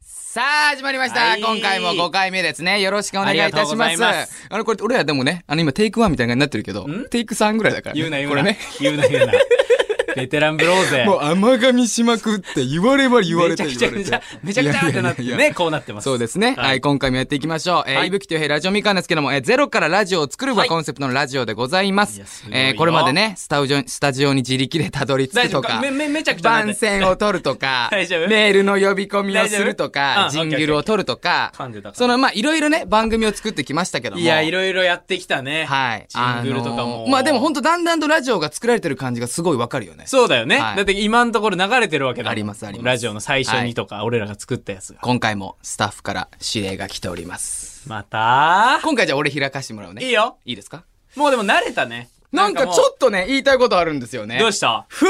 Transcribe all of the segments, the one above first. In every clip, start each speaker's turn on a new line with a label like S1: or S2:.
S1: さあ、始まりました、
S2: はい
S1: 今回も5回目ですね。よろしくお願いいたしま
S2: ありがとう
S1: す。
S2: ござ
S1: あ
S2: います
S1: の、これ、俺らでもね、あの、今、テイク1みたいなになってるけど、テイク3ぐらいだからね、
S2: 言うな言う
S1: これ
S2: な。
S1: ね。
S2: 言う な言うな。ベテランブローゼ。
S1: もう甘噛みしまくって言われば言われ
S2: めち
S1: て
S2: ゃく
S1: 言
S2: ちゃ
S1: われて
S2: めちゃ、めちゃくちゃってなって
S1: いやいやいや
S2: ね、こうなってます。
S1: そうですね。はい、今回もやっていきましょう。えー
S2: はい
S1: いぶきという平ラジオみかんですけども、えーゼロからラジオを作るが
S2: はい
S1: コンセプトのラジオでございます。
S2: いやすごいよ
S1: えーこれまでね、スタジオ、スタジオに自力でたどり着くと
S2: 大丈夫
S1: か、
S2: かめめめちゃくちゃなんで、
S1: 番宣を取るとか
S2: 大丈夫
S1: メールの呼び込みをするとか、
S2: 大丈
S1: ジ
S2: 夫う
S1: ン
S2: ん
S1: グルを取るとか
S2: オッケーオッケー噛んでたか、ら
S1: その、まあ、いろいろね、番組を作ってきましたけども。
S2: いや、いろいろやってきたね。
S1: はい。
S2: ジングルとか
S1: あの
S2: も。
S1: ーまあでも本当だんだんとラジオが作られてる感じがすごいわかるよね。
S2: そうだよね。
S1: はい
S2: だって今のところ流れてるわけだもん
S1: ありますあります
S2: ラジオの最初にとか、俺らが作ったやつが。
S1: 今回もスタッフから指令が来ております。
S2: また
S1: 今回じゃあ俺開かしてもらうね。
S2: いいよ。
S1: いいですか
S2: もうでも慣れたね。
S1: なんか
S2: もう
S1: ちょっとね、言いたいことあるんですよね。
S2: どうした
S1: 封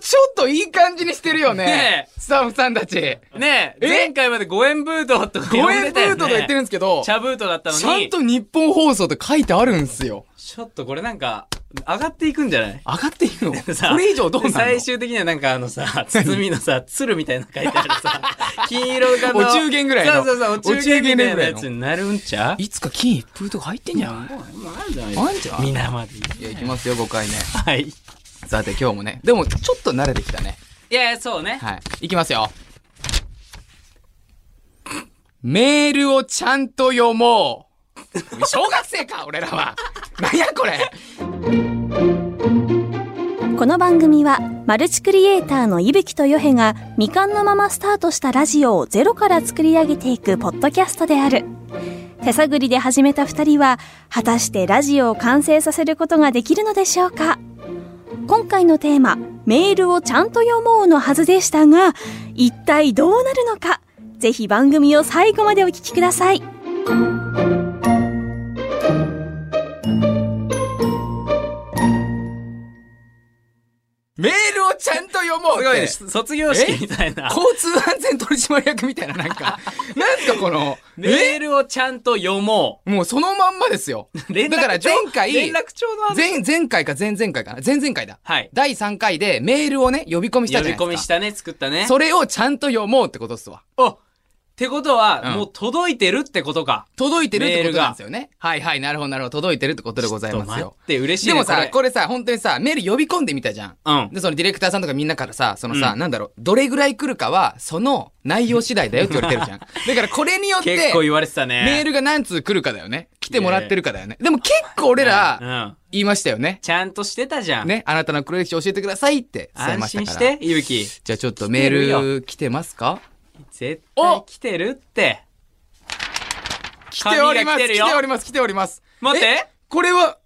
S1: 筒ちょっといい感じにしてるよね。
S2: ねえ
S1: スタッフさんたち。
S2: ねえ、
S1: え
S2: 前回まで五円ブートとか
S1: 五
S2: 呼ん
S1: 円
S2: で
S1: 封
S2: たよね
S1: 筒とか言ってるんですけど、
S2: 茶ブートだったのに。
S1: ちゃんと日本放送って書いてあるんですよ。
S2: ちょっとこれなんか、上がっていくんじゃない
S1: 上がっていくのこ
S2: さ
S1: れ以上どうなの
S2: 最終的にはなんかあのさ、包みのさ、鶴みたいなの書いてある さ、金色がの。
S1: お中元ぐらいの
S2: そうそうそう、お中元みたいなやつになるんちゃう
S1: いつか金封筒入ってんじゃん。なんじゃんい
S2: 皆までいい。
S1: や、いきますよ、5回目。
S2: はい。い
S1: さて、今日もね。でも、ちょっと慣れてきたね。
S2: やいや、そうね。
S1: はい。いきますよ。メールをちゃんと読もう。小学生か、俺らは。なんやこれ。
S3: この番組はマルチクリエイターの伊吹とよへが未完のままスタートしたラジオをゼロから作り上げていくポッドキャストである手探りで始めた2人は果たしてラジオを完成させることができるのでしょうか今回のテーマ「メールをちゃんと読もう」のはずでしたが一体どうなるのかぜひ番組を最後までお聞きください
S1: メールをちゃんと読もう
S2: すごい
S1: って
S2: ね。卒業式みたいな。
S1: 交通安全取締役みたいな、なん か。なんすか、この。
S2: メールをちゃんと読も
S1: もうそのまんまですよ。
S2: う。連絡
S1: だから前回、
S2: 連絡帳のあの
S1: 前、前回か前々回かな。前々回だ。
S2: はい
S1: 第3回でメールをね、呼び込みした
S2: 呼
S1: じゃないで
S2: び
S1: すか。
S2: 込みしたね、作ったね。
S1: それをちゃんと読もうってことっすわ。
S2: おってことは、
S1: うん
S2: もう届いてるってことか。
S1: 届いてるってことなんですよね。はいはい、なるほどなるほど。届いてるってことでございます
S2: ちょっと
S1: よ
S2: 待。って、嬉しい
S1: で
S2: ね
S1: もさ、こ
S2: れ。
S1: れさ、本当にさ、メール呼び込んでみたじゃん。
S2: うん。
S1: で、そのディレクターさんとかみんなからさ、そのさ、
S2: う
S1: なんだろう、どれぐらい来るかは、その内容次第だよって言われてる じゃん。だからこれによって、
S2: 結構言われてたね。
S1: メールが何通来るかだよね。来てもらってるかだよね。でも結構俺
S2: う
S1: ら、
S2: ん。
S1: 言いましたよね。
S2: ちゃんとしてたじゃん。
S1: ね、あなたの黒歴史教えてくださいって伝え
S2: 安
S1: ましたから。
S2: 心して、ゆうき。
S1: じゃあちょっとメ
S2: 来てる
S1: ール来てますか
S2: 絶
S1: お
S2: 対来てるって。
S1: 来ております
S2: 紙が来てるよ
S1: 来ております来ております
S2: 待って
S1: えこれは、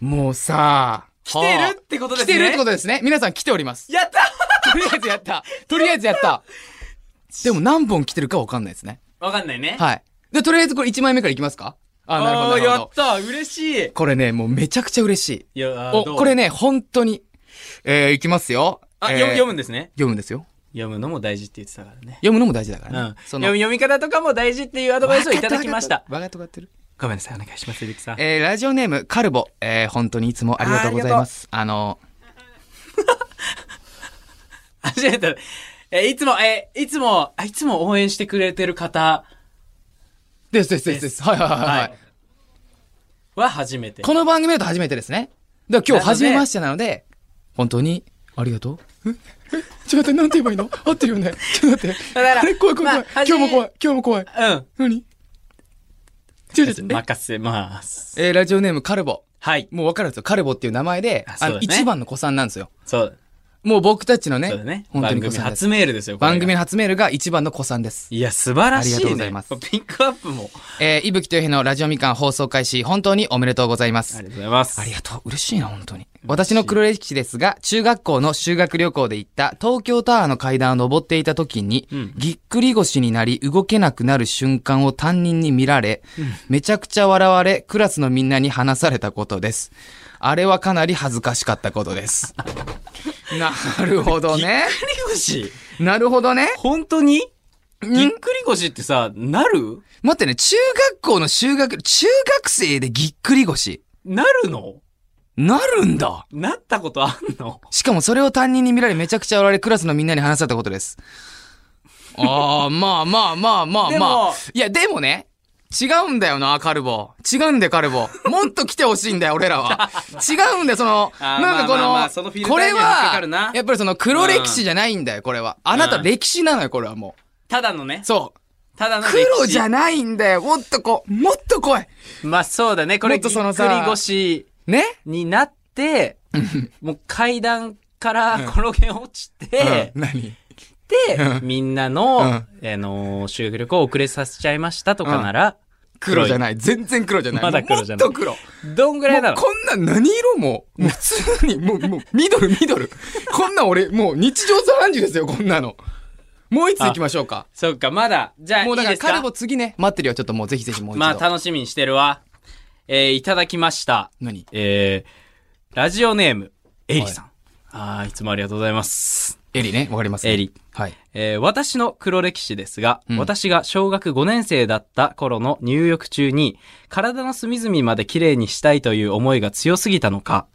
S1: もうさ、
S2: 来てるってことですね
S1: 来てるってことですね。皆さん来ております。
S2: やった
S1: とりあえずやった。とりあえずやった。でも何本来てるかわかんないですね。
S2: わかんないね。い。
S1: はい。で、とりあえずこれ1枚目からいきますかあ、なるほど。なるほ
S2: や
S1: ど
S2: った嬉しい。
S1: これね、もうめちゃくちゃ嬉しい。
S2: いや、あー
S1: お、
S2: どう
S1: これね、本当に。えー、いきますよ。
S2: あ、
S1: えー
S2: 読む読むんですね。
S1: 読むんですよ。
S2: 読むのも大事って言ってたからね。
S1: 読むのも大事だか
S2: うん。
S1: らね。
S2: 読み読み方とかも大事っていうアドバイスをいただきました。
S1: わかったわかったわかってる。
S2: ごめんなさい、お願いします、ゆうきさん。
S1: えー、ラジオネーム、カルボ。えー、本当にいつもありがとうございます。あの、
S2: 初めて。えー、いつも、えー、いつも、あいつも応援してくれてる方
S1: ですですですです。はいはいはいはい。
S2: はいは初めて。
S1: この番組だと初めてですね。だから今日
S2: なの
S1: 初
S2: で
S1: めましてなので、本当にありがとう。え えちょっと待って、なんて言えばいいの 合ってるよね。ちょっと待って。
S2: だから
S1: あれ怖い怖い怖い。
S2: ま
S1: 今
S2: あ
S1: 日も怖い。今日も怖い。
S2: うん。
S1: 何違う違う違う。
S2: 任せます。
S1: えー、ラジオネームカルボ。
S2: はい。
S1: もう分かるんですよ。カルボっていう名前で、
S2: あ
S1: あ
S2: そう
S1: の、
S2: だね
S1: 一番の子さんなんですよ。
S2: そう。
S1: もう僕たちのね、
S2: そうだね。
S1: 本当
S2: 番
S1: に子
S2: 組
S1: さんです
S2: 初メールですよ、これが
S1: 番組の初メールが一番の子さんです。
S2: いや、素晴らしい、ね。
S1: ありがとうございます
S2: ピックアップも。
S1: えー、いぶきとよへのラジオみかん放送開始、本当におめでとうございます。
S2: ありがとうございます。
S1: ありがとう。嬉しいな、本当に。私の黒歴史ですが、中学校の修学旅行で行った東京タワーの階段を登っていた時に、
S2: ん
S1: ぎっくり腰になり動けなくなる瞬間を担任に見られ、めちゃくちゃ笑われ、クラスのみんなに話されたことです。あれはかなり恥ずかしかったこと です。なるほどね。
S2: ぎっくり腰
S1: なるほどね。
S2: 本当にぎっくり腰ってさ、なる
S1: 待ってね、中学校の修学、中学生でぎっくり腰。
S2: なるの
S1: なるんだ
S2: なったことあんの
S1: しかもそれを担任に見られめちゃくちゃ笑われクラスのみんなに話されたことです。ああ、まあまあまあまあ
S2: で
S1: まあ
S2: も。
S1: いや、でもね、違うんだよな、カルボ。違うんだよ、カルボ。もっと来てほしいんだよ、俺ら は。違うんだよ、その、
S2: あー
S1: なんかこ
S2: まあまあま
S1: の
S2: あそのフィ、ルタ
S1: こ
S2: ーに
S1: れ
S2: は引っかかるな
S1: は、やっぱりその黒歴史じゃないんだよ、これは。あなた
S2: うん
S1: 歴史なのよ、これはも
S2: ただのね
S1: う。。そう。
S2: ただの歴史
S1: 黒じゃないんだよ、もっとこう、もっと来い。
S2: まあそうだね。これ、
S1: もっ
S2: ぎっ
S1: とその
S2: く
S1: さ
S2: り腰
S1: ね
S2: にな って、もう階段から転げ落ちて、
S1: うん何
S2: で、みんなの、
S1: うん
S2: あのー修学旅行を遅れさせちゃいましたとかなら、
S1: 黒じゃない。全然黒じゃない。
S2: まだ黒じゃない
S1: もっと黒。
S2: どんぐらい
S1: も
S2: だ
S1: う
S2: ろう
S1: こんなん何色も、もう普 通に、もう、もう、ミドル、ミドル。こんなん俺、もう日常茶飯事ですよ、こんなの。もう一つ行きましょうか。
S2: そっか、まだ。じゃあ、
S1: もうだ
S2: いい
S1: から、
S2: ですか
S1: カルボ次ね、待ってるよ、ちょっともうぜひぜひもう一度。
S2: まあ、楽しみにしてるわ。えーいただきました。
S1: 何
S2: えーラジオネーム、エリさん。ああ、いつもありがとうございます。
S1: エリね、わかります、
S2: エリ。
S1: はい。
S2: えー私の黒歴史ですが、
S1: うん
S2: 私が小学5年生だった頃の入浴中に、体の隅々まで綺麗にしたいという思いが強すぎたのか、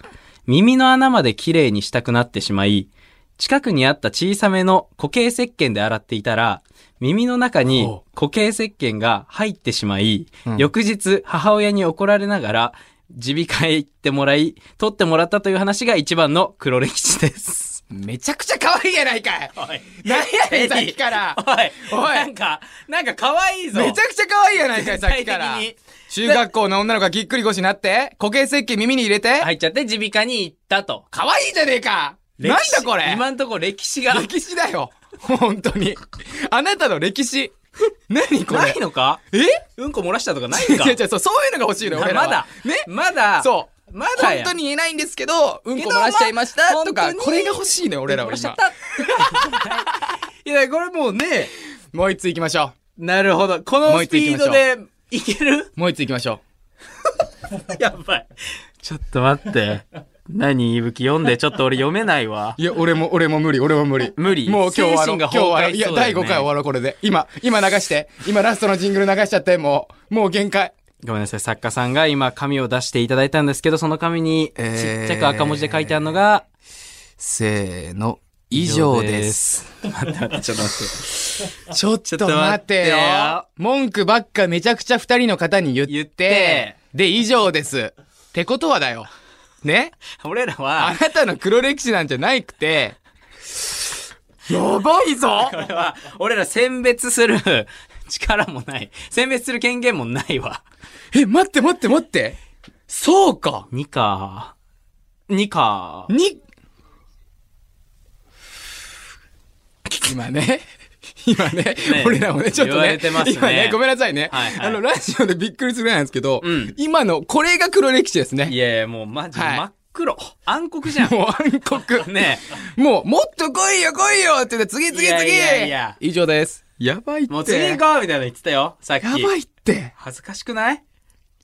S2: 耳の穴まで綺麗にしたくなってしまい、近くにあった小さめの固形石鹸で洗っていたら、耳の中に
S1: ほ
S2: 固形石鹸が入ってしまい、
S1: うん
S2: 翌日母親に怒られながら、耳鼻科へ行ってもらい、取ってもらったという話が一番の黒歴史です。
S1: めちゃくちゃ可愛いやないかい何やねん、さっきから。
S2: おい、
S1: おい
S2: なんか、なんか可愛いぞ。
S1: めちゃくちゃ可愛いやないかい、さっきから
S2: 全体。的
S1: 中学校の女の子がぎっくり腰になって、固形石鹸耳に入れて
S2: に、入っちゃって耳鼻科に行ったと。
S1: 可愛いじゃねえかなん
S2: 歴史
S1: だこれ
S2: 今んとこ歴史が。
S1: 歴史だよ。本当に。あなたの歴史。何これ
S2: ないのか
S1: え
S2: うんこ漏らしたとかない
S1: 違
S2: ん
S1: う
S2: か
S1: 違う違う、そう いうのが欲しいのよ、俺らは
S2: まだ、
S1: ね
S2: まだ、
S1: そう。
S2: まだや
S1: 本当に言えないんですけど、うんこ漏らしちゃいました
S2: けどまあ
S1: とか、
S2: 本当に
S1: これが欲しいのよ、俺らは
S2: 漏らしちゃっ
S1: 今。
S2: た。いや、これもうね、
S1: もう一つ行きましょ
S2: なるほど。こ
S1: も
S2: の
S1: う
S2: ス
S1: 一つ
S2: ピ
S1: 行きま
S2: ー
S1: しょう
S2: ドでいける
S1: う。もう一つ行きましょ
S2: やばい。ちょっと待って。何、いぶき読んで。ちょっと俺読めないわ。
S1: う。いや、俺も、俺も無理、俺も無理。
S2: 無理
S1: もう今日は、
S2: 精神
S1: 今
S2: が
S1: 日
S2: 崩壊
S1: は、
S2: し
S1: い
S2: そ
S1: や、
S2: うだよね
S1: 第5回終わろう、これで。今、今流して。今ラストのジングル流しちゃって、もう、もう限界。
S2: ごめんなさい、作家さんが今紙を出していただいたんですけど、その紙にち
S1: えー
S2: っちゃく赤文字で書いてあるのが、
S1: せーの、以
S2: 以
S1: 上
S2: 上
S1: で
S2: ですす。待って待って、ちょっと待っ
S1: ちょっと
S2: て。
S1: 待て
S2: ちょっと待
S1: よ。文句ばっかめちゃくちゃ二人の方に言って、
S2: 言って
S1: で、以上です。ってことはだよ。ね
S2: 俺ら
S1: あ
S2: は、
S1: なたの黒歴史なんじゃないくて、やばいぞ
S2: これは、俺ら選別する力もない。選別する権限もないわ。
S1: え、待って待って待って。そうか。
S2: にか。にか。
S1: に、今ね。今ね俺らもね、ちょっとね。
S2: 言われてますね
S1: 今ね、ごめんなさいね。
S2: はいはい
S1: あの、ラジオでびっくりするぐらいなんですけど、
S2: うん
S1: 今の、これが黒歴史ですね。
S2: いやいや、もうマジで
S1: はい
S2: 真っ黒。暗黒じゃん。
S1: もう暗黒。
S2: ね
S1: もう、もっと来いよ来いよって言って、次次次
S2: いやいやいや
S1: 以上です。やばいって。
S2: もう次行こうみたいなの言ってたよ、さっき。
S1: やばいって。
S2: 恥ずかしくない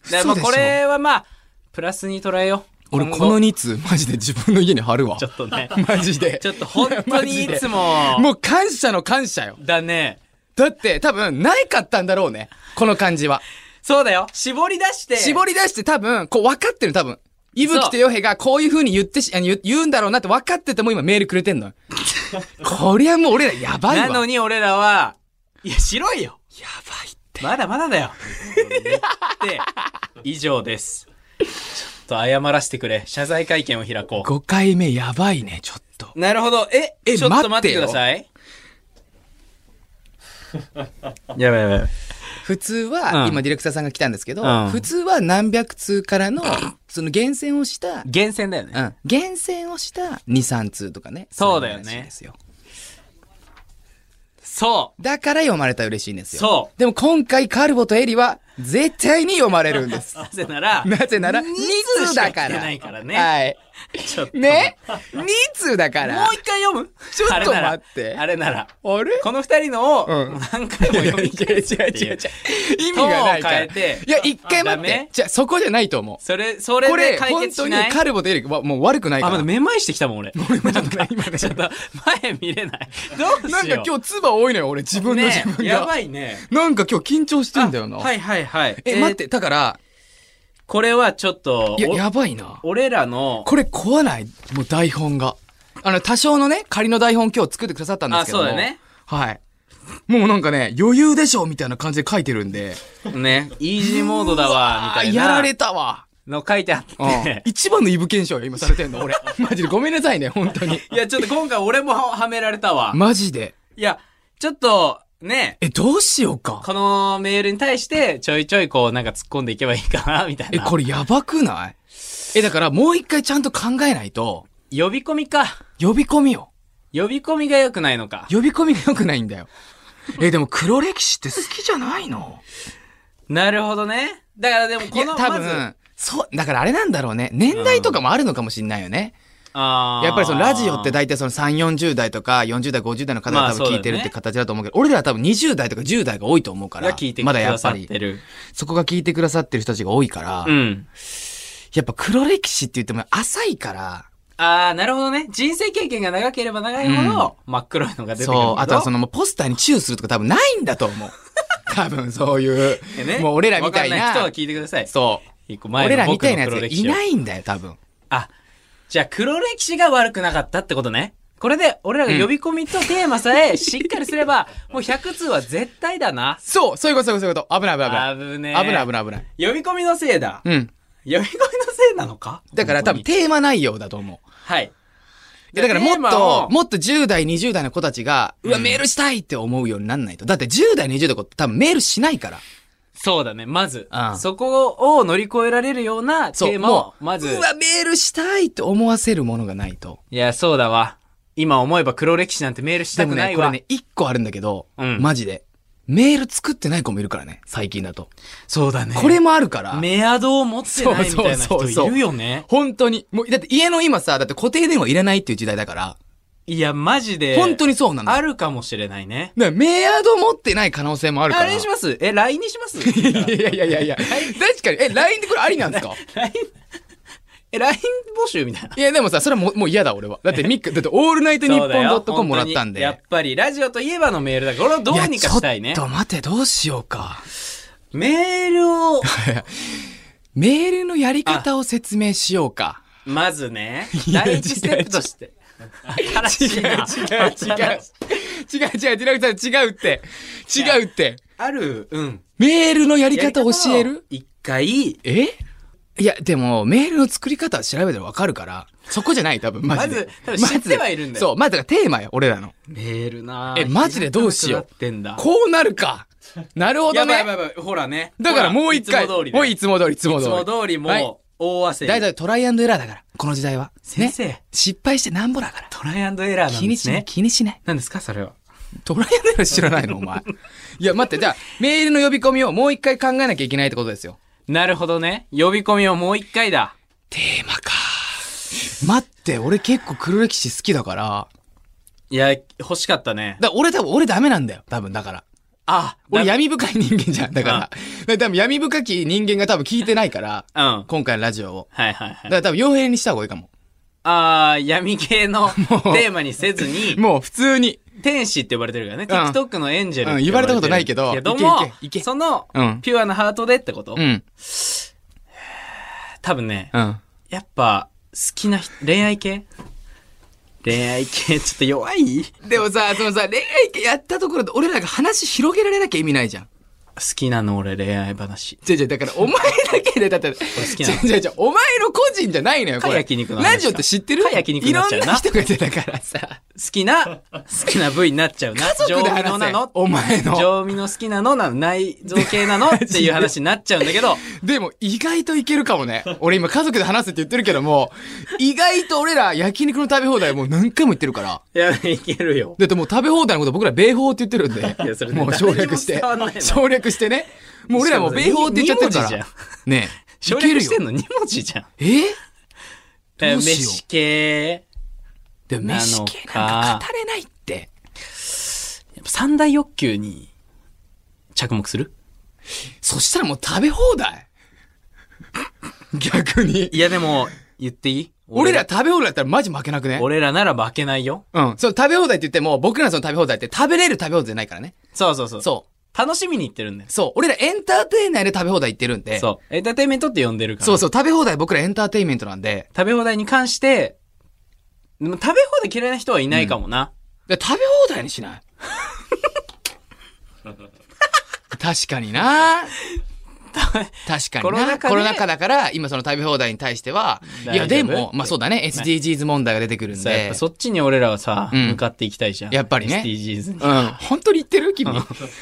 S1: で
S2: でもうこれはまあ、プラスに捉えよう。
S1: 俺
S2: 今
S1: こ
S2: 後
S1: の2通、マジで自分の家に貼るわ
S2: ちょ。っとね。
S1: マジで。
S2: ちょっと本当にいつ
S1: も。
S2: も。
S1: もう感謝の感謝よ。
S2: だね。
S1: だって多分、ないかったんだろうね。この感じは。
S2: そうだよ。絞り出して。
S1: 絞り出して多分、こう分かってる多分。いぶきとよへがこういう風に言ってし、あの言言うんだろうなって分かってても今メールくれて んのよ。こりゃもう俺らやばいわ。
S2: なのに俺らは、いや、白いよ。
S1: やばいって。
S2: まだまだだよ。で、以上です。ちょっと謝らせてくれ。謝罪会見を開こ
S1: 5回目やばいね、ちょっと。
S2: う。なるほど。え、
S1: え
S2: ちょっと待ってください。やばいやばい。
S1: 普通は、
S2: うん
S1: 今ディレクターさんが来たんですけど、
S2: うん
S1: 普通は何百通からの、その厳選をした、
S2: 厳選だよ
S1: う
S2: ね。
S1: ん、厳選をした2、3通とかね。
S2: そうだよね
S1: い話ですよ
S2: そ
S1: だから読まれたら嬉しいんですよ。。
S2: そう
S1: でも今回カルボとエリは、絶対に読まれるんです
S2: う。。なぜなら、
S1: なぜなら、2
S2: 二
S1: 通だか
S2: し来て
S1: ら。
S2: ないからね。
S1: はい。
S2: ちょっと。
S1: ね ?2 通だから。
S2: もう一回読む
S1: ちょっと
S2: あれなら
S1: 待って
S2: あれなら。
S1: あれ
S2: この二人のを
S1: うん
S2: 何回も読み返すっていう。
S1: 意味がないから。
S2: トーンを変えて
S1: いや、一回待っ
S2: ダ
S1: て
S2: メ。
S1: じゃあそこじゃないと思う。
S2: それ、それ
S1: こ
S2: で
S1: れ、
S2: 解
S1: 本
S2: 決
S1: 当
S2: し
S1: に
S2: ない。
S1: カルボとエリはもう悪くない
S2: あ、
S1: か
S2: ま
S1: ら
S2: だ。めまいしてきたもん、俺。なんかちょっと、前見れない。どう
S1: なん
S2: しよ
S1: か
S2: う。
S1: 今日、唾多いのよ、俺、自分の自
S2: ね
S1: 分が。
S2: やばいね。
S1: なんか今日緊張してんだよな。
S2: あはいはいはい。
S1: え、
S2: ー
S1: 待っ。て、だから、
S2: これはちょっと、
S1: いや、
S2: お
S1: やばいな。
S2: 俺らの、
S1: これ壊ないもう台本が。あの、多少のね、仮の台本今日作ってくださったんですけども。
S2: あそうだね。
S1: はい。もうなんかね、余裕でしょみたいな感じで書いてるんで。
S2: ね、イージーモードだわ、み
S1: あ
S2: たい
S1: やら
S2: な
S1: れた わ。
S2: の書いてあって。
S1: 一番のイブ検証よ、今されてんの、俺。 マジでごめんなさいね、本当に。
S2: いや、ちょっと今回俺もはめられたわ。
S1: マジで。
S2: いや、ちょっと、ね、
S1: え、どうしようか。
S2: このメールに対してちょいちょいこうなんか突っ込んでいけばいいかな、みたい
S1: え、
S2: な。
S1: これやばくないえ、だからもう一回ちゃんと考えないと、
S2: 呼び込みか。
S1: 呼び込みよ。
S2: 呼び込みが良くないのか。
S1: 呼び込みが良くないんだよ。え、でも黒歴史って好きじゃないの
S2: なるほどね。だからでも
S1: い
S2: こ
S1: や、
S2: の、
S1: 多
S2: まず
S1: 分、そう、だからあれなんだろうね。年代とかもあるのかもしんないよね。
S2: あー
S1: やっぱりそのラジオって大体その3、40代とか40代、50代の方が多
S2: まあ
S1: 分聞いてるっ
S2: そうだよね
S1: て形だと思うけど、俺らは多分20代とか10代が多いと思うから
S2: が聞いて、く
S1: まだや
S2: だ
S1: っ
S2: さ
S1: ぱ
S2: っ
S1: り
S2: て、る。
S1: そこが聞いてくださってる人たちが多いから、
S2: うん。
S1: やっぱ黒歴史って言っても浅いから、
S2: ああ、なるほどね。人生経験が長ければ長いほど、真っ黒いのが出てくるけど。
S1: そう、あとはそのもうポスターにチューするとか多分ないんだと思 う。多分そういう
S2: え、ね、
S1: もう俺らみたい
S2: わかんない人
S1: な
S2: は、聞いてください。
S1: そう、
S2: 一個前の
S1: 俺らみたいなや
S2: 僕の
S1: つ
S2: 黒歴
S1: い
S2: 史を
S1: ないんだよ、多分。
S2: あ、じゃあ黒歴史が悪くなかったってことね。これで俺らが呼び込みとテーマさえ しっかりすれば、もう100通は絶対だな。
S1: そう、そういうこと、そういうこと、そういうこと。危ない危ない
S2: 危
S1: 危
S2: ねえ。
S1: ない。危ない危ない危ない。
S2: 呼び込みのせいだ。
S1: うん。
S2: 呼び込みのせいなのか
S1: だから多分
S2: 本当に
S1: テーマ内容だと思う。
S2: はい。
S1: いやだからも
S2: テー
S1: っ
S2: マ
S1: と
S2: を、
S1: もっと10代、20代の子たちが、うわ、
S2: うん
S1: メールしたいって思うようになんないと。だって10代、20代の子って多分メールしないから。
S2: そうだね。まず、
S1: うん
S2: そこを乗り越えられるような
S1: そう。
S2: テーマ
S1: も
S2: を、
S1: う
S2: まず。
S1: うわ、メールしたいって思わせるものがないと。
S2: いや、そうだわ。今思えば黒歴史なんてメールし
S1: で
S2: た
S1: も
S2: くな
S1: ね、
S2: い
S1: こ
S2: わ。
S1: れね、1個あるんだけど、
S2: うん
S1: マジで。メール作ってない子もいるからね、最近だと。
S2: そうだね。
S1: これもあるから。
S2: メアドを持ってないみたいな
S1: そうそうそうそ
S2: 人
S1: う
S2: いるよね。
S1: 本当に。もう、だって家の今さ、だって固定電話いらないっていう時代だから、
S2: いや、マジで。
S1: 本当にそうなの。
S2: あ
S1: る。
S2: るかもしれないね。
S1: だからメアド持ってない可能性もあるか
S2: あ
S1: ら。
S2: れにしますえ、LINE にします
S1: いやいやいやいやいや。確かに。え、LINE でこれありなんですか
S2: ?LINE? え、LINE 募集みたいな。
S1: いや、でもさ、それはもうもう嫌だ、俺は。だって、 ミック、だって、オールナイトニ
S2: そ
S1: ッ
S2: うだよ
S1: ポン .com もらったんで。
S2: 本当にやっぱり、ラジオといえばのメールだから、これをどうにかしたい
S1: や
S2: ね
S1: ちょ。っと待って、どうしようか。
S2: メールを、
S1: メールのやり方を説明しようか。
S2: ま ずね、
S1: や
S2: 第一ステップとして。新しいな。
S1: 違う違う違う、ディラクター違うって。違うって。
S2: ある、うん。
S1: メールのやり
S2: やり
S1: 方
S2: 方
S1: 教
S2: を
S1: える
S2: 一回、
S1: えいや、でも、メールの作り方は調べたらわかるから、そこじゃない、多分、マジで。
S2: まず多分知ってはいるんだよ
S1: まずそう、まずテーマよ、俺らの。
S2: メールな
S1: えマジでどうしよう
S2: 開かなくなってんだ。
S1: こうなるか。なるほど
S2: やばい
S1: ね
S2: やば。いやばい、ほらね。
S1: だからもう一回。
S2: ほらいつ
S1: も
S2: も
S1: う
S2: 通り
S1: い
S2: だ
S1: つも通り、いつも
S2: よ。い
S1: 通り。
S2: つも通り、
S1: はい
S2: もう、大汗。
S1: だいたいトライアンドエラーだから、この時代は。
S2: 先生
S1: ね失敗してなんぼだから。
S2: トライアンドエラー
S1: 気
S2: なんで
S1: にし
S2: す
S1: ない、
S2: ね。
S1: 気にしない。
S2: 何ですかそれは。
S1: トライアンドエラー知らないの、お 前。いや、待って、じゃあ、メールの呼び込みをもう一回考えなきゃいけないってことですよ。
S2: なるほどね。呼び込みをもう一回だ。
S1: テーマか。待って、俺結構黒歴史好きだから、
S2: いや、欲しかったね。
S1: だから俺多分、俺ダメなんだよ。多分、だから。
S2: あ、
S1: 俺
S2: だ
S1: 闇深い人間じゃん。だから。だから多分闇深き人間が多分聞いてないから、
S2: うん。
S1: 今回のラジオを。
S2: はいはいは
S1: だか
S2: い。
S1: ら多分、傭兵にした方がいいかも。
S2: あー闇 系の
S1: う
S2: テーマにせずに、
S1: もう、普通に。
S2: 天使って呼ばれてるからね。
S1: うん
S2: TikTok のエンジェルって
S1: うん言われたことないけど
S2: 呼ばれてるけど
S1: い
S2: も
S1: けいけいけ
S2: その、
S1: うん
S2: ピュアなハートでってこと、
S1: うん。
S2: 多分ね、
S1: うん。
S2: やっぱ、好きな人、恋愛系恋愛系ちょっと弱い好
S1: でもさ、そのさ、恋愛やったところで俺らが話広げられなきゃ意味ないじゃん。
S2: きなの俺恋愛話。
S1: じゃじゃだからお前だけで、だって、
S2: 好き
S1: じ
S2: な
S1: ゃ
S2: の
S1: じゃじゃお前の個人じゃないのよ、こ
S2: か
S1: れ。
S2: 焼肉の話か
S1: ラジオって知ってる
S2: か焼肉になっちゃう
S1: ろ
S2: ない
S1: んな人が出たからさ。
S2: 好きな、好きな部位になっちゃう な。
S1: 家族で
S2: 上
S1: 話
S2: 味
S1: せ
S2: のなの
S1: お前の。
S2: 上味の好きなのなの内臓系 なのっていう話になっちゃうんだけど、
S1: でも意外といけるかもね。俺今家族で話すって言ってるけども、意外と俺ら焼肉の食べ放題もう何回も言ってるから。
S2: いや、いけるよ。
S1: だってもう食べ放題のこと僕ら米法って言ってるん
S2: いやそ
S1: で。
S2: れ
S1: もう省略して
S2: 誰にも伝わんない。な
S1: 省略してね。もう俺らもう米法って言っちゃってる
S2: し
S1: か
S2: かも
S1: ら
S2: さ。
S1: ねえ。
S2: 省
S1: いけ
S2: 略
S1: る
S2: し
S1: よ
S2: てんの2文字じゃん。
S1: えー
S2: え
S1: どうしよう
S2: 飯系。
S1: でも
S2: なのか
S1: 飯系なんか語れないって。
S2: やっぱ三大欲求に着目する
S1: そしたらもう食べ放 題逆に
S2: い。や、でも、言っていい
S1: 俺ら、食べ放題だったらマジ負けなくね
S2: 俺らなら負けないよ。
S1: うん。その食べ放題って言っても、僕らのその食べ放題って食べれる食べ放題じゃないからね。
S2: そうそうそう。
S1: そ
S2: 楽しみに行ってるんだよ
S1: う。。そう。俺らエンターテイナーで食べ放題行ってるんで。
S2: そう。エンターテイメントって呼んでるから。
S1: そうそう。食べ放題僕らエンターテイメントなんで。
S2: 食べ放題に関して、でも食べ放題嫌いな人はいないかもな。
S1: で食べ放題にしない確かに な。確かにな。コ
S2: コ
S1: ロ
S2: ロ
S1: ナ
S2: ナ
S1: 禍
S2: 禍で
S1: だから、今その食べ放題に対しては、い
S2: 大丈
S1: や
S2: 夫
S1: でも
S2: っ、て
S1: まあそうだね、SDGs 問題が出てくるん
S2: さあやっ
S1: で
S2: ぱ。そっちに俺らはさ、
S1: うん
S2: 向かっていきたいじゃん。
S1: やっぱりね
S2: SDGs に。
S1: うん。本当に言ってる君。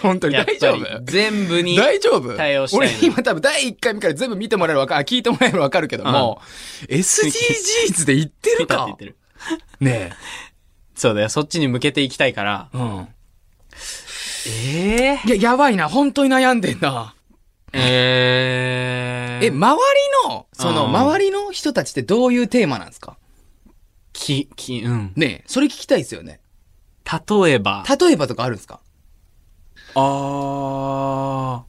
S1: 本当に
S2: やっ
S1: 大丈
S2: ぱ
S1: 夫
S2: り全部に。
S1: 大丈夫
S2: 対応したい
S1: 俺
S2: の
S1: 今多分第1回目から全部見てもらえるわか、あ聞いてもらえるわかるけども、SDGs で言ってる
S2: たって
S1: か
S2: 言ってる。
S1: ね
S2: そうだよ、そっちに向けていきたいから。
S1: え。うん。
S2: ええ
S1: いや、やばいな。本当に悩んでんな。
S2: え
S1: え、周
S2: え、
S1: りの、その、
S2: うん
S1: 周りの人たちってどういうテーマなんですか
S2: き、き、うん。
S1: ねえ、それ聞きたいですよね。
S2: 例えば。
S1: 例えばとかあるんですか
S2: あー。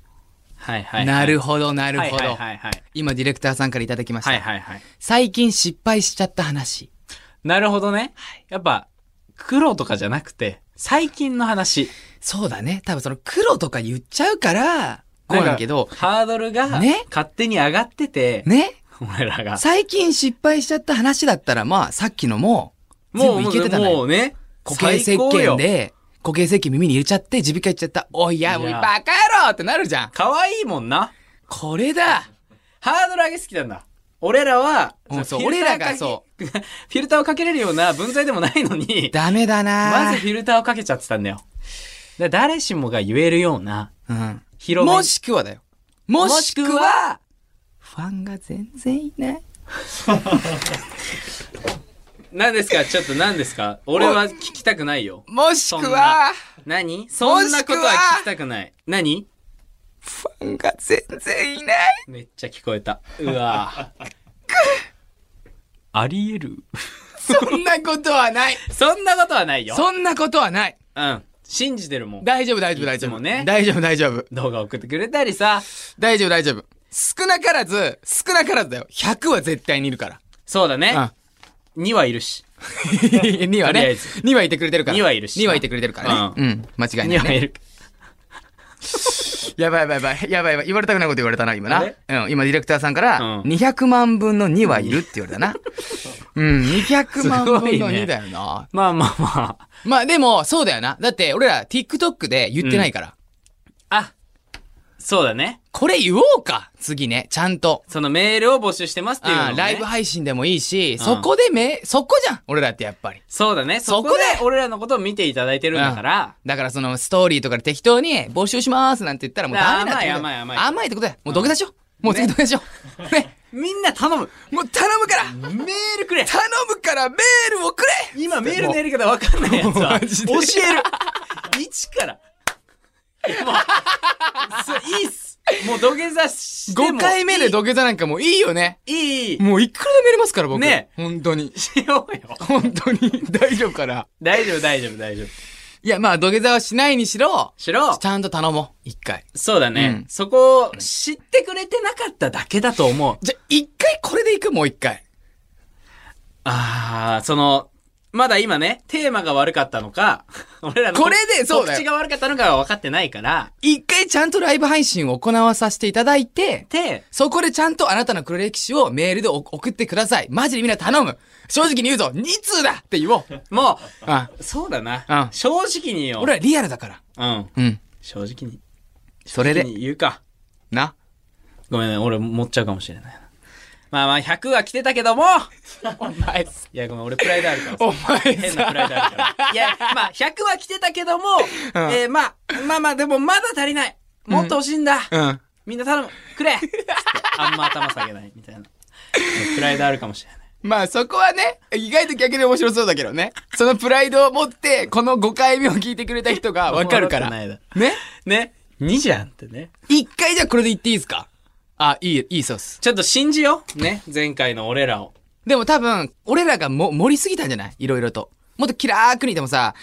S2: はいはい。
S1: なる
S2: ほ
S1: ほど、なるほ
S2: はい
S1: ど。
S2: はいはい。
S1: 今、ディレクターさんからいただきまし
S2: はい
S1: た。
S2: はいはい。
S1: 最近失敗しちゃった話。
S2: なるほどね。やっぱ、黒とかじゃなくて、最近の話。
S1: そうだね。多分その、黒とか言っちゃうから、こうなんけど
S2: なんか、ハードルが、
S1: ね
S2: 勝手に上がってて、
S1: ね
S2: 俺らが。
S1: 最近失敗しちゃった話だったら、まあ、さっきのも、全部いけてたの
S2: も
S1: よ。
S2: うね、
S1: 固形石
S2: 最高
S1: 鹸
S2: よ。
S1: で、固形石鹸耳に入れちゃって、耳鼻科行っちゃった。おいや、
S2: い
S1: もう
S2: や
S1: バカ野郎ってなるじゃん。
S2: 可愛いもんな。
S1: これだ
S2: ハードル上げすぎたんだ。俺らは、
S1: うんそう
S2: フィルター
S1: 俺らがそ
S2: かけ フィルターをかけれるような文在でもないのに、
S1: ダメだな
S2: まずフィルターをかけちゃってたんだよ。だから誰しもが言えるような、
S1: うん。
S2: 広めに
S1: もしくはだよ。もしく
S2: もしく
S1: は、
S2: は
S1: ファンが全然いない。
S2: 何ですかちょっと何ですか俺は聞きたくないよ。
S1: もしく
S2: そん
S1: は
S2: な、何そんなことは聞きたくない。何
S1: ファンが全然いない。
S2: めっちゃ聞こえた。うわぁ。 ありえる
S1: そんなことはない。
S2: そんなことはない よ。
S1: そんなことはない。
S2: うん。信じてるもん。
S1: 大丈夫、大丈夫、大
S2: いつ
S1: 丈夫。
S2: もね
S1: 大丈夫、大丈夫。
S2: 動画送ってくれたりさ。
S1: 大丈夫、大丈夫。少なからず、少なからずだよ。100は絶対にいるから。
S2: そうだね。
S1: うん。
S2: 2はいるし。
S1: 2は
S2: とりあえ
S1: ね
S2: ず。
S1: 2はいてくれてるから。
S2: 二はいるし
S1: 2はいてくれてるからね。う。
S2: うん
S1: 間違いない、ね。
S2: 2はいる。
S1: やばいやばいやばい。やばいやばい。言われたくないこと言われたな、今な。
S2: あれ
S1: うん。今、ディレクターさんから、
S2: うん
S1: 200万分の2はいるって言われた な。うん。200万
S2: すご
S1: 分
S2: い
S1: の2
S2: ね
S1: だよな。
S2: まあまあまあ。
S1: まあでも、そうだよな。だって、俺ら TikTok で言ってないから。
S2: あ、そうだね。
S1: これ言おうか次ね、ちゃんと。
S2: そのメールを募集してますっていうの
S1: あ
S2: を
S1: あ
S2: ね。
S1: ライブ配信でもいいし、
S2: うん
S1: そこでめ、そこじゃん俺らってやっぱり。
S2: そうだね。
S1: そ
S2: そ
S1: こ
S2: こ
S1: で
S2: で俺らのことを見ていただいてるんだから。
S1: だからそのストーリーとかで適当に募集しますなんて言ったらもうダメだってことだよ
S2: 甘い甘い甘い
S1: 甘いってことだよ。もう土下座しよう。もう次土下座しよう。ね。
S2: みんな頼む
S1: もう頼むから
S2: メールく れ
S1: 頼むからメールをくれ
S2: 今メールのやり方わかんないやつは
S1: マジで
S2: 教える一からいやもうそいいっすもう土下座してもいい
S1: 5回目で土下座なんかもういいよね。
S2: いいいい
S1: もういくらでもやりますから僕。
S2: ね
S1: 本当に。
S2: しようよ
S1: 本当に大丈夫から。
S2: 大丈夫大丈夫大丈夫
S1: いやまあ土下座はしないにしろ、
S2: しろ
S1: ちゃんと頼もう。一回。
S2: そうだね、
S1: うん
S2: そこを知ってくれてなかっただけだと思う
S1: じゃ、一回これでいくもう一回。
S2: ああそのまだ今ね、テーマが悪かったのか、 俺らの
S1: これでそうだよ
S2: 告知が悪かったのかは分かってないから、
S1: 一回ちゃんとライブ配信を行わさせていただいて、
S2: で、
S1: そこでちゃんとあなたの黒歴史をメールでお送ってください。マジでみんな頼む。正直に言うぞ。2通だって言おう。
S2: も
S1: あ
S2: う、そうだな。
S1: うん
S2: 正直によ。
S1: 俺はリアルだから。
S2: うん。
S1: うん。
S2: 正直に。
S1: それで
S2: 正直に言うか。
S1: な。
S2: ごめんね、俺持っちゃうかもしれないな。まあまあ、100は来てたけども
S1: お前さ、
S2: いや、ごめん、俺プライドあるから
S1: お
S2: さ。
S1: 前
S2: 変なプ
S1: さ、
S2: ライドあるから。いや、まあ、100は来てたけども、えー、まあ、まあまあ、でもまだ足りない。もっと欲しいんだ。
S1: うん。
S2: みんな頼む。く れつってあんま頭下げない。みたいな。プライドあるかもしれない。
S1: まあそこはね、意外と逆に面白そうだけどね。そのプライドを持って、この5回目を聞いてくれた人 がわかるから。
S2: おもろくない
S1: ね
S2: だ。ね。2じゃんってね。
S1: 一回じゃあこれで言っていいですかあ、いい、いいそうっす。
S2: ちょっと信じよう。ね。前回の俺らを。
S1: でも多分、俺らがも盛りすぎたんじゃないいろいろと。もっとキラークリーンでもさ、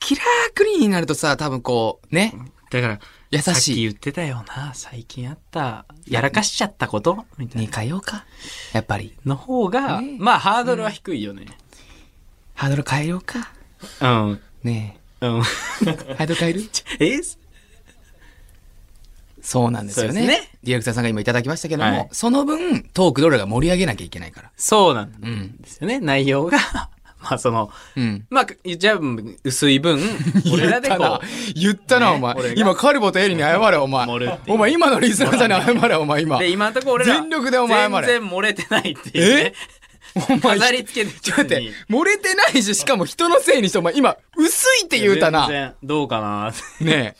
S1: キラークリーンになるとさ、多分こう、ね、
S2: だから、
S1: 優
S2: さっき
S1: しい。
S2: 言ってたよな。最近あった、やらかしちゃったことみたい
S1: に
S2: な。
S1: 通ようか。やっぱり。
S2: の方が、
S1: ね
S2: まあハードルは低いよね。
S1: ハードル変えようか。
S2: うん。うん。
S1: ねえ。ハードル変える
S2: え
S1: そうなんですよね。
S2: そうですね
S1: ディレクターさんが今いただきましたけども、
S2: はい
S1: その分、トークどれが盛り上げなきゃいけないから。
S2: そうなん
S1: うん。
S2: ですよね。内容が まあその、
S1: うん。
S2: まあ、じゃあ薄 い分、俺らでこ
S1: 言ったな、お前
S2: ね俺。が
S1: 今、カルボとエリに謝れ、お前
S2: う、。盛るっていう
S1: お前、今のリスナーさんに謝れ、お前、今。
S2: で、今のところ俺ら、
S1: 全力でお前謝れ
S2: 全然漏れてないっていうね。
S1: お前、
S2: 飾り付けて
S1: ちょっと待って、漏れてないし、しかも人のせいにして、お前、今、薄いって言うたな。
S2: 全
S1: ね
S2: 然、どうかなって
S1: え。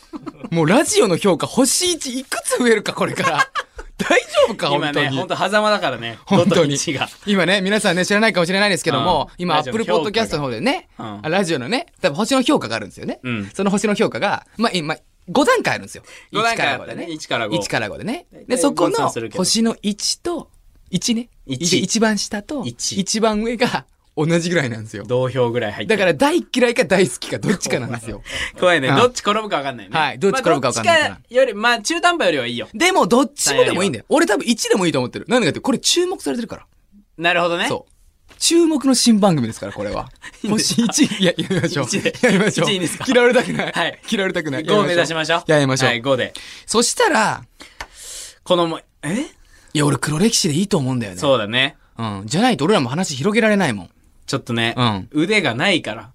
S1: もう、ラジオの評価、星1、いくつ増えるか、これから。大丈夫か、
S2: 今
S1: 本当
S2: ね、
S1: に
S2: 本。当狭間だからね。
S1: 本当
S2: ど
S1: に
S2: と一が。
S1: 今ね、皆さんね、知らないかもしれないですけども、
S2: うん
S1: 今、
S2: ラ
S1: ア
S2: ジ
S1: ッ
S2: オ
S1: プル
S2: の評価
S1: ポッドキャストの方でね、
S2: うん
S1: あラジオのね、多分星の評価があるんですよね。
S2: うん
S1: その星の評価が、まあ、今、5段階あるんですよ。
S2: 5段階あ
S1: 1から5
S2: った
S1: で
S2: ね。
S1: ね。
S2: 1から5。
S1: 1から5でね。で、
S2: 大体
S1: そこ
S2: 分
S1: の
S2: 散するけど
S1: 星の1と、1ね。
S2: 一
S1: 一番下と、
S2: 一
S1: 一番上が同じぐらいなんですよ。
S2: 同票ぐらい入っ
S1: だ
S2: てる。
S1: から大嫌いか大好きかどっちかなんですよ。
S2: 怖いね。
S1: うん
S2: どっち転ぶか分かんないね。
S1: はいどっち転ぶか分かんないから
S2: まあどっちより、まあ中途半端よりはいいよ。
S1: でもどっちもでもいいんだよ。俺多分1でもいいと思ってる。なんでかってこれ注目されてるから。
S2: なるほどね。
S1: そう。注目の新番組ですから、これは。
S2: いいんです
S1: 星
S2: か
S1: 1、いや、やりましょう
S2: 一で。
S1: やりましょう。
S2: 一いいんですか
S1: 嫌われたくない。
S2: はい
S1: 嫌われたくない。
S2: 5を目指しましょう。
S1: やりましょう
S2: はい、5で。
S1: そしたら、
S2: このも、え
S1: いや、俺黒歴史でいいと思うんだよね。
S2: そうだね。
S1: うん。じゃないと俺らも話広げられないもん。
S2: ちょっとね
S1: う、ん。
S2: 腕がないから。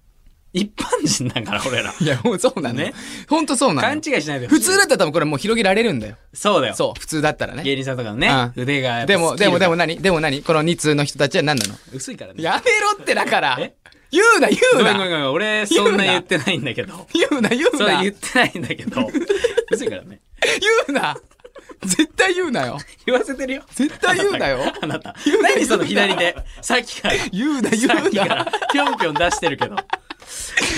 S2: 一般人だから、俺ら。
S1: いや、もうそうなの。
S2: ね
S1: ほんとそうなの。
S2: 勘違いしないでほし
S1: 普
S2: い
S1: 通だったら多分これもう広げられるんだよ。
S2: そうだよ。
S1: そう、普通だったらね。
S2: 芸人さんとかのね、
S1: うん
S2: 腕がやっぱ
S1: でも、
S2: スキ
S1: で
S2: ル
S1: も、
S2: が
S1: でも何でも何この2通の人たちは何なの
S2: 薄いからね。
S1: やめろってだから
S2: え
S1: 言うな、言
S2: ご
S1: う
S2: めんごめん
S1: な
S2: ごめん。俺、そんな言ってないんだけど。
S1: 言うな、言う
S2: それ
S1: な
S2: 言
S1: 言
S2: ってないんだけ ど。薄いからね。
S1: うな絶対言うなよ
S2: 言わせてるよ。
S1: 絶対言うなよ
S2: あなた
S1: 言う。な
S2: 何その左手。さっきから。
S1: 言うな、
S2: さっ
S1: 言う
S2: きから
S1: な。
S2: ぴょんぴょん出してるけ ど。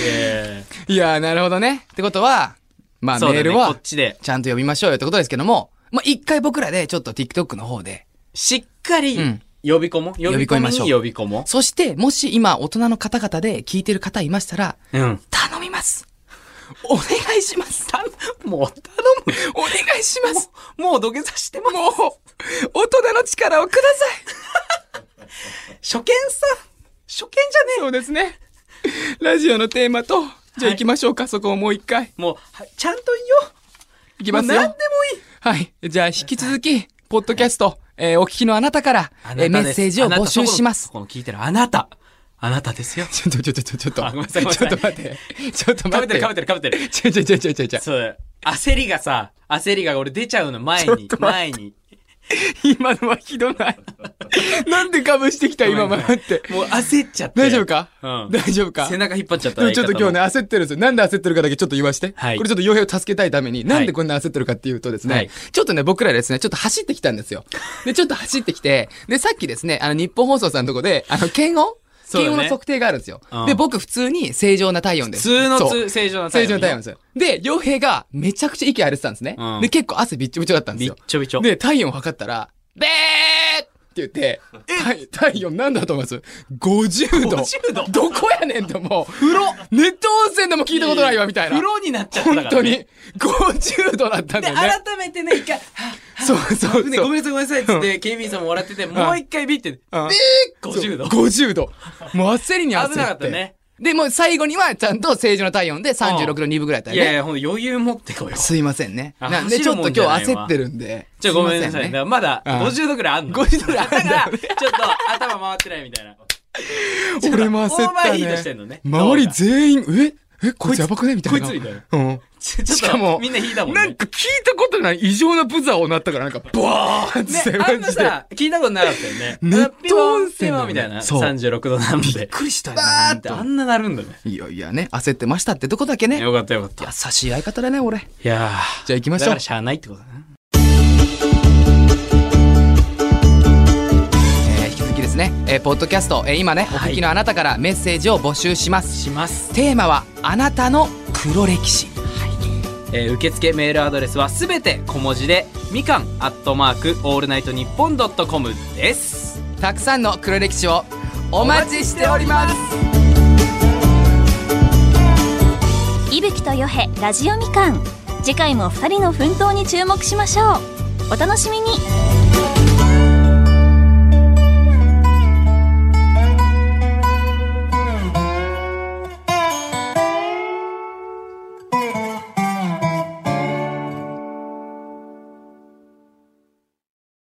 S2: えー
S1: いやー、なるほどね。ってことは、まあ、メ
S2: そうだね
S1: ール
S2: こ
S1: は
S2: っ、ちで。
S1: ちゃんと読みましょうよってことですけども、まあ、一回僕らでちょっと TikTok の方で、
S2: しっかり
S1: うん
S2: 呼び込もう。呼び
S1: び込
S2: 込
S1: み
S2: み
S1: ま
S2: に
S1: しょう
S2: 呼び込も
S1: そして、もし今、大人の方々で聞いてる方いましたら、
S2: う。うん。
S1: 頼みます。お願いします。
S2: た、 もう頼むよ。
S1: お願いします。
S2: もう土下座してます。
S1: もう、大人の力をください。
S2: 初見さん。初見じゃねえ
S1: そうですね。ラジオのテーマと、じゃあ行きましょうか、そこをもう一回。
S2: もう、はちゃんと言おう。
S1: 行きますよ。
S2: もう何でもいい。
S1: はい。じゃあ引き続き、ポッドキャスト、えーお聞きのあなたから、えーメッセージを募集します。
S2: この聞いてるあなた。あなたですよ。
S1: ちょっと、ちょっと、ちょっと、ちょっと
S2: あごめんなさいごめん
S1: ちょ
S2: な
S1: っ
S2: さ
S1: と
S2: い
S1: 待って。ちょっと
S2: か
S1: 待っ
S2: ぶって
S1: て。
S2: るかぶってるかぶってる。
S1: ちょいちょいちょいちょいちょいちょい。
S2: そう。焦りがさ、焦りが俺出ちゃうの、前
S1: ちょっ
S2: に
S1: と。待
S2: 前に。
S1: 今のはひどない。なんでかぶしてきた今までって。
S2: もう焦っちゃって。
S1: 大丈夫か
S2: うん。
S1: 大丈夫か
S2: 背中引っ張っちゃった。
S1: でもちょっと今日ね、
S2: 相
S1: 焦ってるんですよ。なんで焦ってるかだけちょっと言わして。
S2: はい
S1: これちょっと傭兵を助けたいために、なん
S2: は
S1: で
S2: い
S1: こんな焦ってるかっていうとですね、
S2: はい
S1: ちょっとね、僕らですね、ちょっと走ってきたんですよ。で、ちょっと走ってきて、で、さっきですね、あの、日本放送さんのとこで、あの、検温
S2: そうだね
S1: 検温の測定があるんですよ。
S2: うん
S1: で、僕普通に正常な体温です。
S2: 方の。普通
S1: そう
S2: のつ正常な
S1: 正常な体温
S2: 温
S1: ですよ。で、傭兵がめちゃくちゃ息荒れてたんですね。
S2: うん
S1: で、結構汗びっちょびちょだったんです
S2: びっ
S1: よ。
S2: ちょびちょ。
S1: で、体温を測ったら、べーって言って、体体温なんだと思います ?50 度。
S2: 50度
S1: どこやねんともう。風呂ネット温泉でも聞いたことないわ、みたいな。
S2: 風呂になっちゃったから
S1: 本
S2: ね。
S1: 当に。50度だったんだ
S2: で、
S1: よね。
S2: 改めてね、一回、は
S1: そうそう
S2: ぁねご
S1: そう。
S2: めんなさいごめんなさいっつって、警備員さんも笑ってて、もう一回ビって、で
S1: うん
S2: 50度。
S1: 50度。もう焦りに焦って。
S2: 危なかったね。
S1: で、もう最後にはちゃんと正常な体温で36度2分ぐらいだっ
S2: い
S1: たよ
S2: やい
S1: ね。
S2: や、ほんと余裕持ってこよう。
S1: すいませんね。
S2: あ
S1: なんで、ちょっと
S2: 走る
S1: 今
S2: もん
S1: 日
S2: じ
S1: 焦
S2: ゃないわ
S1: ってるんで。
S2: じゃあごめんなさい。
S1: す
S2: だ
S1: ま
S2: か
S1: せ
S2: らま
S1: う
S2: だ
S1: ん
S2: 50度ぐらいあんの。
S1: 50度ぐらいあん
S2: だ
S1: の
S2: から、ちょっと頭回ってないみたいな。
S1: 俺も焦
S2: オーバーヒート
S1: っ
S2: したてん
S1: ね
S2: のね。
S1: 周り全員、ええこいつやばくねみたいな。
S2: こいつみたいな
S1: うん。
S2: ち
S1: し
S2: ょち
S1: か
S2: ょっ
S1: も
S2: と、みんな引いたもん
S1: な
S2: ね
S1: ん。か聞いたことない異常なブザーを鳴ったから、なんか、バーンって
S2: ね
S1: して、、
S2: あん
S1: マ
S2: な
S1: ジで。
S2: さ、聞いたことなかったよね。
S1: ネット温泉
S2: ピ
S1: な
S2: ワ
S1: の
S2: ンピワ
S1: に
S2: ンみたいな。
S1: そう
S2: 36度なん
S1: びっ
S2: で。
S1: くりしたよね
S2: バーっ
S1: 本
S2: て
S1: 当
S2: あんななるんだね。
S1: いやいやね、焦ってましたってとこだけね。
S2: よかったよかった。い
S1: 優しい相方だね、俺。
S2: や
S1: じゃあ行きま
S2: ー、
S1: し
S2: だ
S1: ょ
S2: か
S1: う
S2: ら。しゃあないってことだな。
S1: えー引き続きですね、えーポッドキャスト、えー今ね、お
S2: はい
S1: 聞きのあなたからメッセージを募集します。
S2: します。
S1: テーマは、あなたの黒歴史。
S2: えー、受付メールアドレスはすべて小文字で、みかんアットマークオールナイトニッポンドットコムです。
S1: たくさんの黒歴史をお待ちしております。
S3: 伊吹とよへラジオみかん次回も2人の奮闘に注目しましょうお楽しみに